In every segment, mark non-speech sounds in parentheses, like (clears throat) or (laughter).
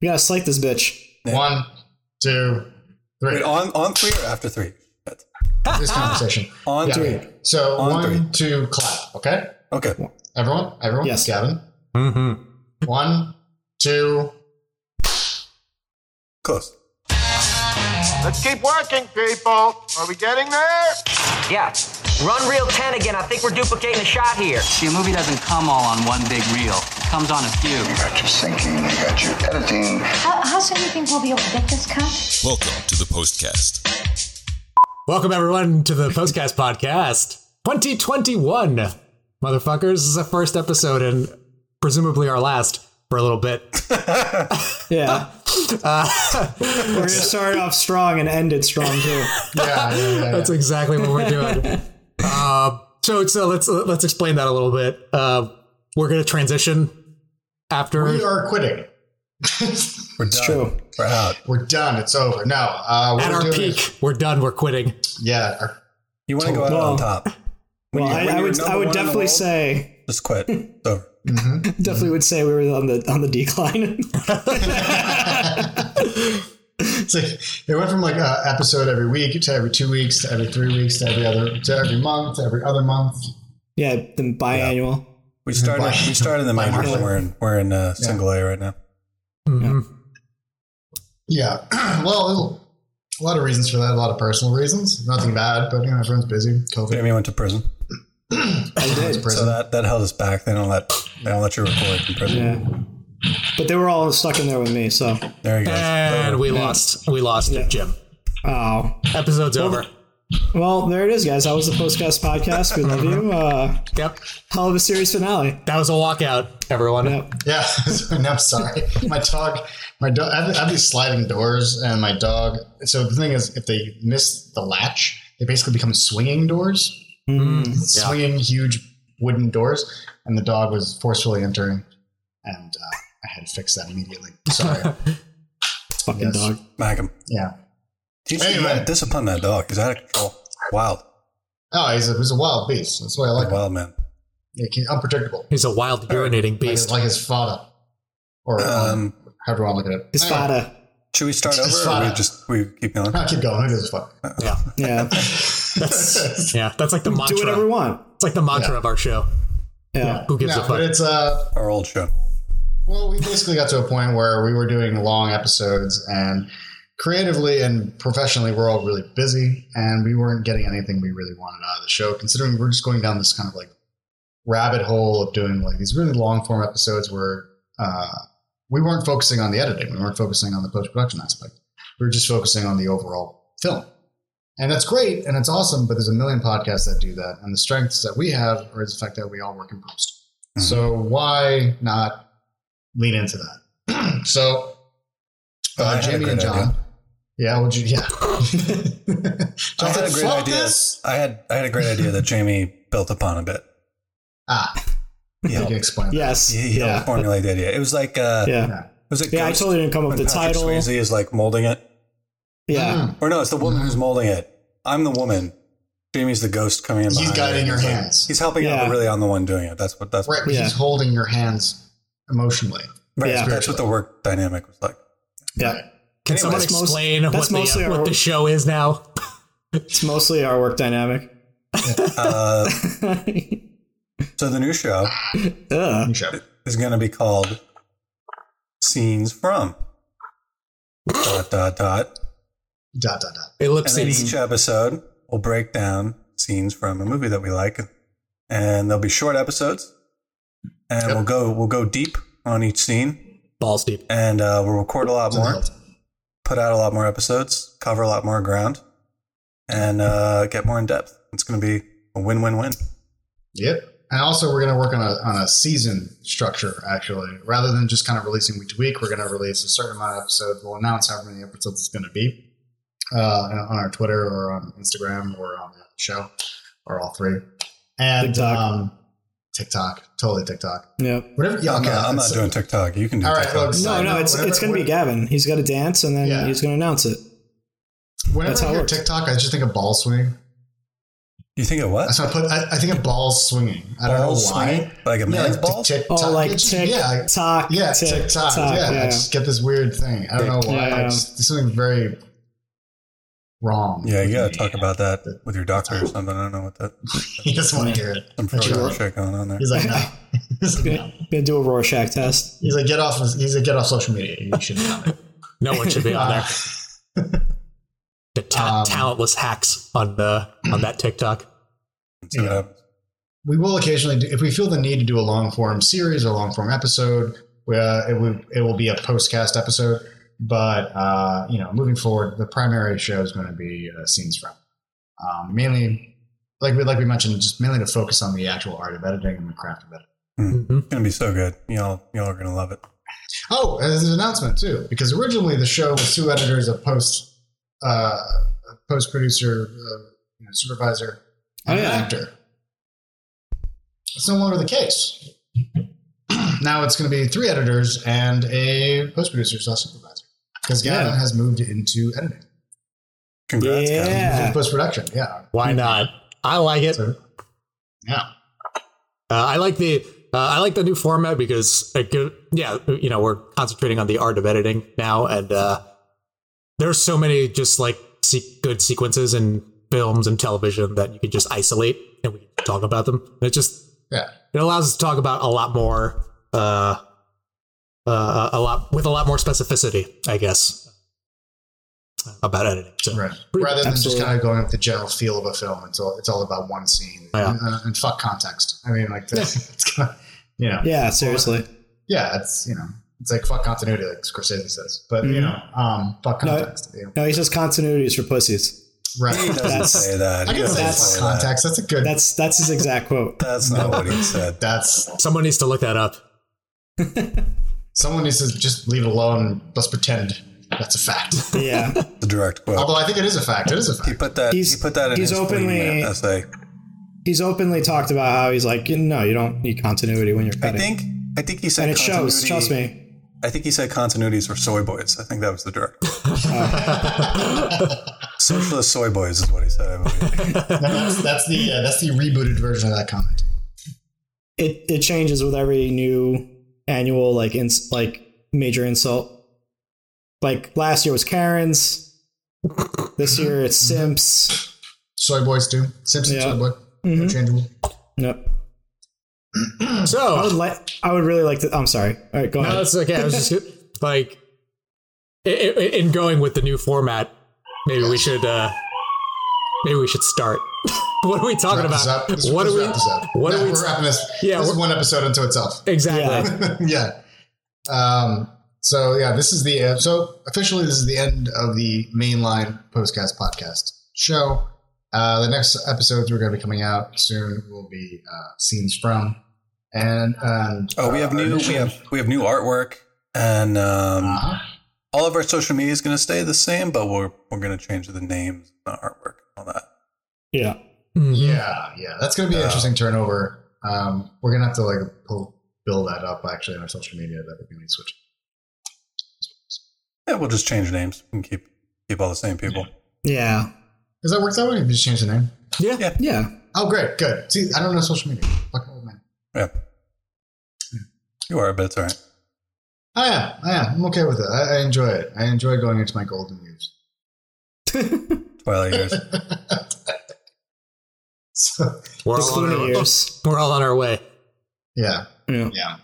We gotta slate this bitch. One, two, three. Wait, on on three or after three? this conversation. (gasps) On Yeah. three. So On one, three. two, clap. Okay, Okay. everyone, everyone. Yes. Gavin. Mm-hmm. One, (laughs) two. Close. Let's keep working, people. Are we getting there? Yeah. Run reel 10 again. I think we're duplicating a shot here. See, a movie doesn't come all on one big reel. It comes on a few. You got your syncing, you got your editing. How, how soon do you think we'll be able to get this cut? Welcome to the Postcast. Welcome everyone to the Postcast (laughs) Podcast 2021. Motherfuckers, this is the first episode and presumably our last for a little bit. (laughs) Yeah. Uh, (laughs) We're gonna start off strong and end it strong too. Yeah, yeah, yeah, yeah. That's exactly what (laughs) we're doing. uh, so, so let's let's explain that a little bit. Uh, we're gonna transition after. we are quitting. (laughs) We're done. True. We're out. We're done. It's over. No, uh, what at we're our doing peak, is- we're done. We're quitting. yeah, our, You want to go out Well- on top? When Well, you- I, when I you're would, number I one in would the definitely world, say, just quit. It's over. definitely would say we were on the on the decline. (laughs) it's like, it went from like an episode every week to every two weeks to every three weeks to every other to every month to every other month. yeah, the biannual. We started. Why- We started in the why minors. not? and We're in. We're in uh, single A right now. Mhm. Yeah. (clears throat) well, it'll- a lot of reasons for that. A lot of personal reasons. Nothing bad, but you know, everyone's busy. COVID. Jamie went to prison, I did. so that that held us back. They don't let. They don't let you record in prison. Yeah. But they were all stuck in there with me, so There you go. And we lost. We lost Jim. oh. Episode's over. Well, there it is, guys. That was the postcast podcast. We love (laughs) you. Uh, Yep. hell of a series finale. That was a walkout, everyone. Yep. Yeah, (laughs) no, I'm sorry. My dog, my dog. I have, I have these sliding doors, and my dog. So the thing is, if they miss the latch, they basically become swinging doors, Mm. swinging huge wooden doors, and the dog was forcefully entering, and uh, I had to fix that immediately. (laughs) Sorry. Fucking Yes. dog. Smack him. yeah. Teach Anyway. him how to discipline that dog. He's out of control. Wild. Oh, he's a, he's a wild beast. That's why I like him. Wild man. Yeah, he's unpredictable, He's a wild urinating like his, beast. like his father, or um, Um, however you want to look at it. His Anyway, fada. should we start It's over? Or we fine. just we keep going. No, keep going. Who gives a fuck? Yeah. (laughs) Yeah. That's yeah. That's like the Do mantra. whatever we want. It's like the mantra Yeah. of our show. Yeah. Who gives no, a but fuck? it's uh, Our old show. Well, we basically got to a point where we were doing long episodes and creatively and professionally we're all really busy and we weren't getting anything we really wanted out of the show considering we're just going down this kind of like rabbit hole of doing like these really long form episodes where uh, we weren't focusing on the editing we weren't focusing on the post-production aspect we were just focusing on the overall film and that's great and it's awesome but there's a million podcasts that do that and the strengths that we have are the fact that we all work in post Mm-hmm. so why not lean into that. (clears throat) so, Oh, I uh, had a Jamie great and John. idea. Yeah, would you? (laughs) Yeah. (laughs) I John had a said, great "Fuck idea. this." I had I had a great idea that Jamie built upon a bit. Ah, He you (laughs) helped, can explain. Yeah. Yes. he helped (laughs) Yeah. formulate the idea. It was like uh, it Yeah. was like Yeah, I Ghost totally didn't come up when with the Patrick title. Swayze Ah. is like molding it, Yeah. Mm. or no, it's the woman who's molding it. I'm the woman. Jamie's the ghost coming in. He's behind guiding it. your He's like- hands. He's helping out, Yeah. but really I'm the one doing it. That's what that's Right, but Yeah. he's holding your hands emotionally. right, Yeah. that's what the work dynamic was like. Yeah. Can someone that's most- explain that's what, the, mostly uh, our- what the show is now? (laughs) It's mostly our work dynamic. (laughs) Uh, so the new show Ugh. Show. is going to be called Scenes from dot dot dot. Dot dot dot. And Ellipses. then each episode will break down scenes from a movie that we like, and they'll be short episodes. And Yep. we'll go we'll go deep on each scene, balls deep. and uh, we'll record a lot more, Dot. put out a lot more episodes, cover a lot more ground, and uh, get more in depth. It's going to be a win win win. Yep. And also, we're going to work on a on a season structure. Actually, rather than just kind of releasing week to week, we're going to release a certain amount of episodes. We'll announce how many episodes it's going to be uh, on our Twitter or on Instagram or on the show or all three. TikTok. And TikTok, um, TikTok totally TikTok. Yep. Whatever. Yeah, I'm okay, not, I'm not it's- doing TikTok. You can do All right, TikTok. folks. No, no, it's Whatever- it's gonna be Gavin. He's got to dance and then Yeah. he's gonna announce it. Whenever That's I how it hear works. TikTok, I just think of ball swing. You think it what? So I put. I, I think a ball's swinging. I don't Balls know why. swinging? Like a yeah, man's like ball? Tick, Oh, tock. like It's just- tick, yeah, tock, yeah, tick, tick, tock. tock, Yeah, yeah. I just get this weird thing. I don't know why. Yeah. I just, there's something very wrong. Yeah, you with gotta me. talk about that with your doctor or something. I don't know what that. (laughs) He doesn't want to hear it. Some That's fraud right. shit going on there. He's like, no. (laughs) He's like, no. Gonna, gonna do a Rorschach test. He's like, get off. of- He's like, get off social media. You shouldn't. be on there." No one should be on there. (laughs) Uh, (laughs) The ta- Um, talentless hacks on the on that TikTok. So, uh, we will occasionally, do, if we feel the need to do a long form series or long form episode, we, uh, it, will, it will be a postcast episode. But uh, you know, moving forward, the primary show is going to be uh, scenes from um, mainly, like we like we mentioned, just mainly to focus on the actual art of editing and the craft of it. hmm It's gonna be so good. Y'all, y'all are gonna love it. Oh, and there's an announcement too, because originally the show was two editors, a post, uh, post producer, uh, you know, supervisor, and Oh, an yeah. actor. It's no longer the case. (clears throat) now it's going to be three editors and a post producer slash supervisor, because Gavin Yeah. has moved into editing, Congrats, guys. yeah. post production. Yeah, Mm-hmm. Why not? I like it. Uh, so yeah, I like the uh, I like the new format because it gi- yeah, you know, we're concentrating on the art of editing now, and uh, there's so many just like se- good sequences in films and television that you can just isolate and we can talk about them. And it just yeah. it allows us to talk about a lot more uh uh a lot with a lot more specificity i guess about editing so Right. Pretty- Rather than absolutely. just kind of going with the general feel of a film, it's all, it's all about one scene Yeah. and, uh, and fuck context. I mean, like, that's, it's kind of, you know, yeah. Yeah, seriously. it's, you know, it's like fuck continuity, like Scorsese says, but you Mhm. know, um, fuck No. context. you know. No, he says continuity is for pussies. He (laughs) Right. doesn't That's- say that. I He can doesn't say say fuck that. context. That's a good, That's that's, that's his exact (laughs) quote. That's not what he said. someone needs to look that up someone needs to just leave it alone. Let's pretend that's a fact. Yeah. The direct quote. Although I think it is a fact. It is a he fact. put that. He's- he put that in he's his openly openly- essay. he's openly talked about how he's like, no, you don't need continuity when you're I cutting. think. I think he said. and it shows, continuity- trust me. I think he said continuities were soy boys. I think that was the direct. (laughs) Socialist soy boys is what he said. I believe. No, that's, that's the, uh, that's the rebooted version of that comment. It it changes with every new annual like ins- like major insult. Like last year was Karen's. This year it's Simps. Soy boys do. Simpson Yeah. soy boy. Interchangeable. Nope. I (laughs) would so like I would really like to I'm sorry. All right, go Oh, no ahead. that's okay i was just (laughs) like i- i- in going with the new format maybe we should uh maybe we should start (laughs) what are we talking wrap this about up. Let's- what let's are we wrap this up. what No, are we we're wrapping this. Yeah, this is we're- one episode unto itself. (laughs) (laughs) exactly yeah. Um, so yeah, this is the uh, so officially this is the end of the mainline postcast podcast show. Uh, the next episodes we're going to be coming out soon will be uh, scenes from and and Oh, we have uh, new. We initial- have we have new artwork, and um, Uh-huh. all of our social media is going to stay the same, but we're we're going to change the names, the artwork, all that. Yeah. Mm-hmm. Yeah, yeah, that's going to be Uh. an interesting turnover. Um, we're going to have to like pull, build that up actually on our social media that we're going to switch. Yeah, we'll just change names and keep keep all the same people. Yeah. Does that work that way? If you just change the name. Yeah. Oh, great, good. See, I don't know social media. Fucking old man. Yeah. You are, but it's all right. I am. I am. oh, I'm okay with it. I, I enjoy it. I enjoy going into my golden years. (laughs) Twilight years. so, we're The all, on Clooney our, years. (laughs) we're all on our way yeah. Yeah. Yeah.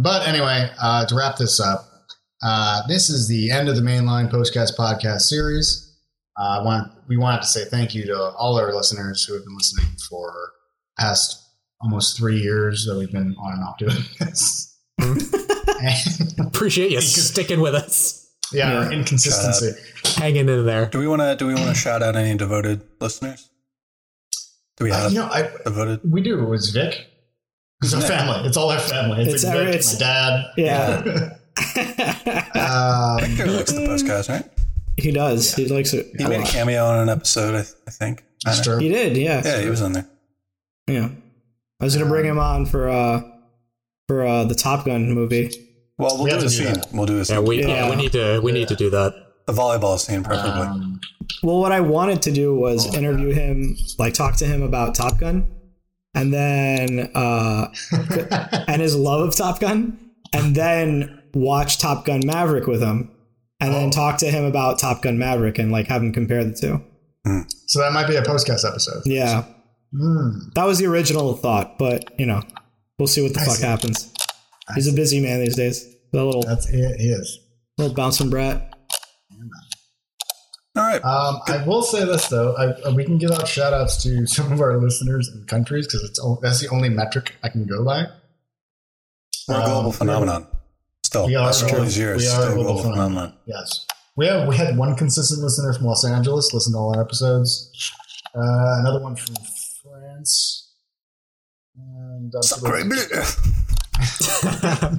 But anyway, uh, to wrap this up, uh, this is the end of the mainline postcast podcast series. Uh, I want we wanted to say thank you to all our listeners who have been listening for past almost three years that we've been on and off doing (laughs) this. (laughs) And- appreciate you sticking with us yeah, our inconsistency. hanging in there Do we want to? Do we want to shout out any devoted listeners? Do we Uh, have you know, I, devoted? we do. It was Vic. It's our family. It's all our family. It's It's, like our- Vic, it's- my dad. Yeah. (laughs) Um, Victor likes the podcast, right? he does. He likes it. He a made a lot. cameo on an episode, I, I think. I don't (laughs) know. Stir. He did, yeah. Yeah, he was on there. Yeah. I was gonna bring him on for uh for uh the Top Gun movie. Well, we'll We do have a to do scene. that. We'll do a scene. yeah we, yeah. Yeah. we need to we need to do that The volleyball scene, preferably. Um, Well, what I wanted to do was Oh, interview him, like talk to him about Top Gun, and then (laughs) uh, and his love of Top Gun, and then watch Top Gun Maverick with him, and Oh. then talk to him about Top Gun Maverick and like have him compare the two. so that might be a postcast episode. Yeah, Hmm. that was the original thought, but you know, we'll see what the fuck see. happens. He's a busy man these days. The little That's it. He is. little bouncing brat. All right. Um, I will say this though, I, uh, we can give out shout outs to (laughs) some of our listeners and countries because it's o- that's the only metric I can go by. We're a global um, phenomenon. Still, We are after all global- these years, we are still a a global global phenomenon. Yes, we have we had one consistent listener from Los Angeles listen to all our episodes. Uh, another one from France. And uh, (laughs) (laughs) uh,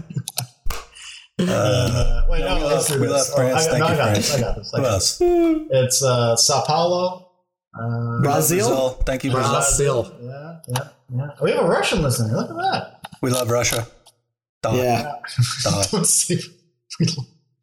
wait, no, we let's love- do we this. Oh, love France. I, got- no, I Thank you, got France. this. I got this. I Who got else? this. It's uh, Sao Paulo. Uh, Brazil. Thank you, Brazil. Brazil. yeah, yeah, yeah. We have a Russian listener. Look at that. (laughs) We love Russia. Da, Yeah, da, Don't see. We love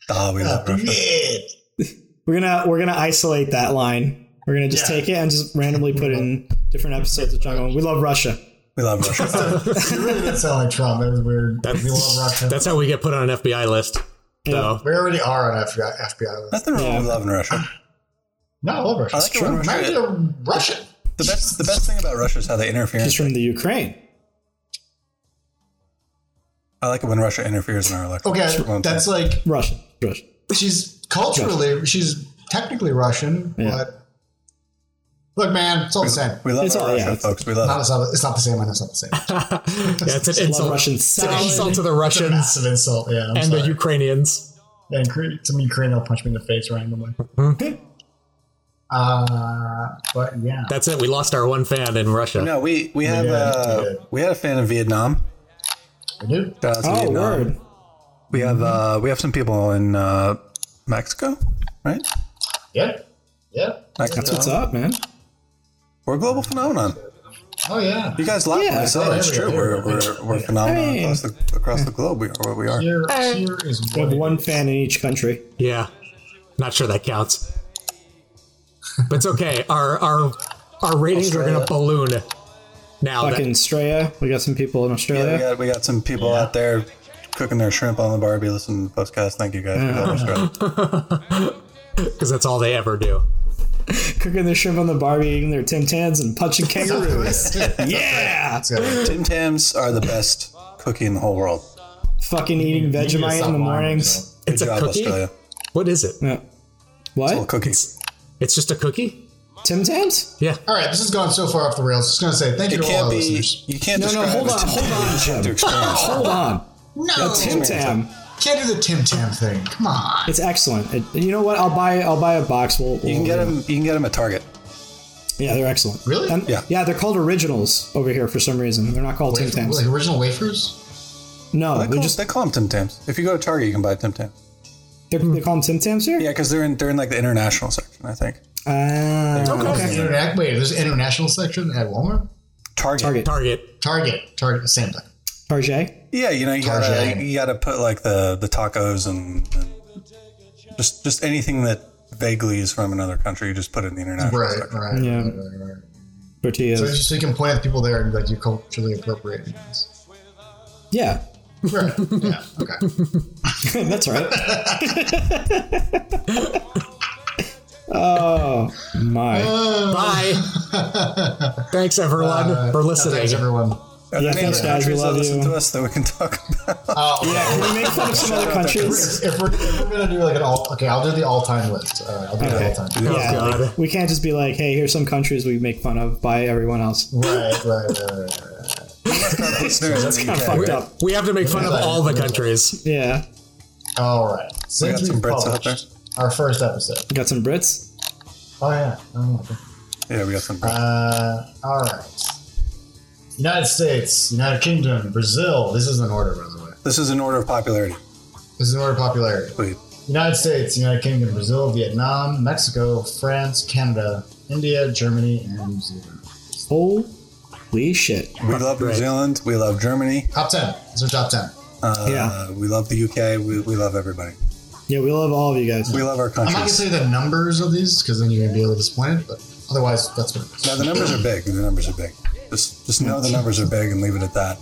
da, we love Russia. it. we're gonna we're gonna isolate that line. We're gonna just Yeah. take it and just randomly put in different episodes of Jungle. We love Russia. We love (laughs) Russia. It really did sound like Trump. It was weird. we (laughs) love Russia. That's how we get put on an FBI list. So we already are on FBI. FBI. list. Nothing wrong with loving Russia. No, I love Russia. I like it when Russia- Maybe a Russian. The best, the best thing about Russia is how they interfere. He's from the Ukraine. I like it when Russia interferes in our elections. Okay, One that's thing. like Russian. Russian. she's culturally, she's technically Russian, Yeah. but look, man, it's all the same. we love it's our all- yeah, Russia, it's- folks. We Not, love it's, not, it's not the same. and It's not the same. It's yeah, it's an Love insult. Russian It's an salad. insult to the a Russians massive insult. Yeah, I'm and sorry. the Ukrainians. Yeah, and Korean, some Ukrainian will punch me in the face randomly. Mm-hmm. Uh, but yeah, That's it. We lost our one fan in Russia. it. No, we we have Yeah, uh, yeah. we had a fan in Vietnam. we do. Shout out to Oh, Vietnam. word. We have uh, we have some people in uh, Mexico, right? Yeah, yeah. Mexico. That's what's up, man. We're a global phenomenon. Oh yeah. You guys laugh when I Yeah. say it. It's true. We're, we're, we're phenomenon Hey. across, the, across the globe. We are what we are. Here, here is We have what one (laughs) fan in each country. Yeah. Not sure that counts. But it's okay. Our our our ratings are going to balloon now. that- Fucking Australia. We got some people in Yeah, we Australia. got we got some people out there cooking their shrimp on the barbie. Listening to the podcast. Thank you guys. for that Australia. because that's all they ever do. Cooking their shrimp on the Barbie, eating their Tim Tams and (laughs) punching kangaroos. yeah. It's good. Tim Tams are the best cookie in the whole world. Fucking eating Vegemite in the mornings. Good It's a job, cookie? Australia. What is it? Yeah. Little What? cookies. It's just a cookie? Tim Tams? Yeah. All right, this has gone so far off the rails. Just gonna say thank you It to all can't our be. listeners. You can't No, no, describe hold it on, to hold people. on, You have Jim. to experience it. Hold on. No, A Tim Tam. can't do the Tim Tam thing. Come on. It's excellent. It- you know what? I'll buy. I'll buy a box. We'll. You we'll- can get them. You can get them at Target. Yeah, they're excellent. Really? And- Yeah. Yeah, they're called originals over here for some reason. They're not called Tim Wafer- Tams. like original wafers. No, They we call, just they call them Tim Tams. If you go to Target, you can buy Tim Tams. they're, they call them Tim Tams here. Yeah, because they're in they're in like the international section. I think Ah, Okay. Interna- wait, there's an international section at Walmart. Target. Target. Target. Target, Target, same thing. Target. Yeah, you know you Target. gotta you gotta put like the the tacos and, and just just anything that vaguely is from another country. You just put it in the international Right, section. right. Yeah. right, right, right. Tortillas. So, you- so you can point at the people there and be like you culturally appropriating this. yeah, (laughs) Right. yeah. Okay. that's right. (laughs) oh my! (laughs) Bye. Thanks, everyone, for listening. Thanks everyone. Are there Yeah, any thanks, other guys. We countries that love listen you. to us that we can talk (laughs) about. Oh, yeah. Can we make fun of some other countries? If we're, if we're gonna do like an all, okay, I'll do the all-time list. All right, I'll do Okay. the all-time. Yeah, Oh, God. like, we can't just be like, "Hey, here's some countries we make fun of by everyone else." Right, right, right, right, right. Listeners in the Kind of UK, fucked right? up. We have to make fun of all the countries. Yeah, All right. Since got some we've Brits out published our first episode. got some Brits. Oh yeah. Oh, okay. Yeah, we got some. Uh, all right. United States, United Kingdom, Brazil. This is an order, by the way. This is an order of popularity. This is an order of popularity. Wait, United States, United Kingdom, Brazil, Vietnam, Mexico, France, Canada, India, Germany, and New Zealand. Holy shit! we love New Right. Zealand. We love Germany. Top ten. These are top ten. Uh, Yeah. We love the UK. We, we love everybody. Yeah, we love all of you guys. We love our I'm not gonna countries. say the numbers of these because then you're gonna be a little disappointed. But otherwise, that's what. It is. Now the numbers are big. The numbers are big. Just just know the numbers are big and leave it at that.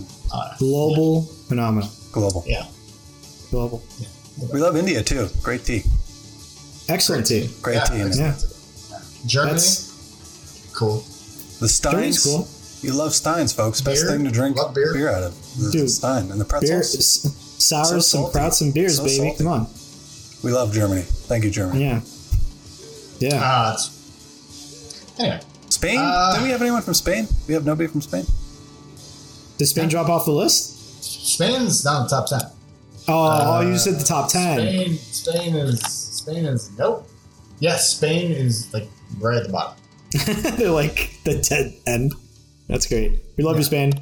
Global phenomenon. Global. Yeah. Global. We love India too. Great tea. Excellent team. Great Yeah. tea. in it. Yeah. Germany, That's cool. The Germany's Steins. cool. You love Steins, folks. Best Beer. thing to drink Love beer. out of. The Dude. Stein and the Beer, pretzels. s- sours, So some salty. krauts, some beers, So baby. salty. Come on. We love Germany. Thank you, Germany. Yeah. Uh, Yeah. Ah, it's anyway. Spain? Uh, Did we have anyone from Spain? We have nobody from Spain. Did Spain drop off the list? Spain's not in the top ten. Oh, Uh, oh, you said the top 10. Spain, Spain is Spain is nope. Yes, Spain is like right at the bottom. (laughs) They're like the dead end. That's great. We love you, Spain.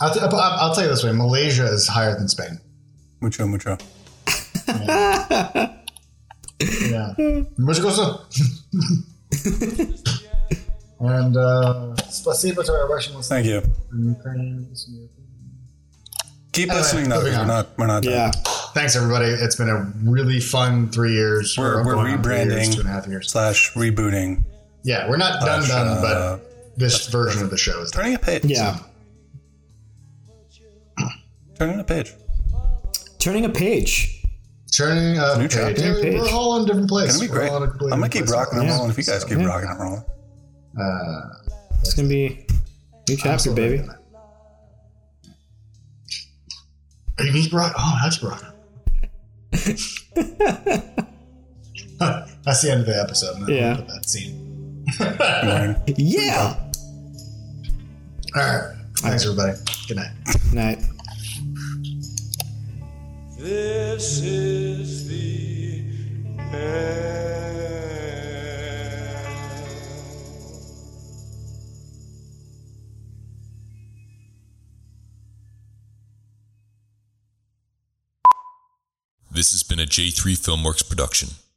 I'll, t- I'll, I'll tell you this way: Malaysia is higher than Spain. Mucho, mucho. (laughs) Yeah, much gusto. (laughs) and uh, spasibo to our Russian listeners Thank you. and Ukrainians and Europeans. Keep Anyway, listening though. moving 'cause We're on. not. We're not. done. Yeah. Thanks, everybody. It's been a really fun three years. We're, we're going on three years, rebranding two and a half years. slash rebooting. Yeah, we're not done, Slash, done, uh, but this version of the show is done. Turning a page. Yeah. Turning a page. Turning a page. Turning up New page. chapter. Yeah, Page. We're all in different It's places. gonna be We're great. all in a I'm completely gonna keep different rocking place. and rolling. If you guys keep Yeah. rocking and rolling, Uh, It's going to be new chapter, absolutely. baby. Are you meat rock? Oh, how'd you (laughs) rock? That's the end of the episode. and then Yeah. we'll put That scene. Yeah. All right. Thanks, everybody. Good night. Night. This is the end. This has been a J3 Filmworks production.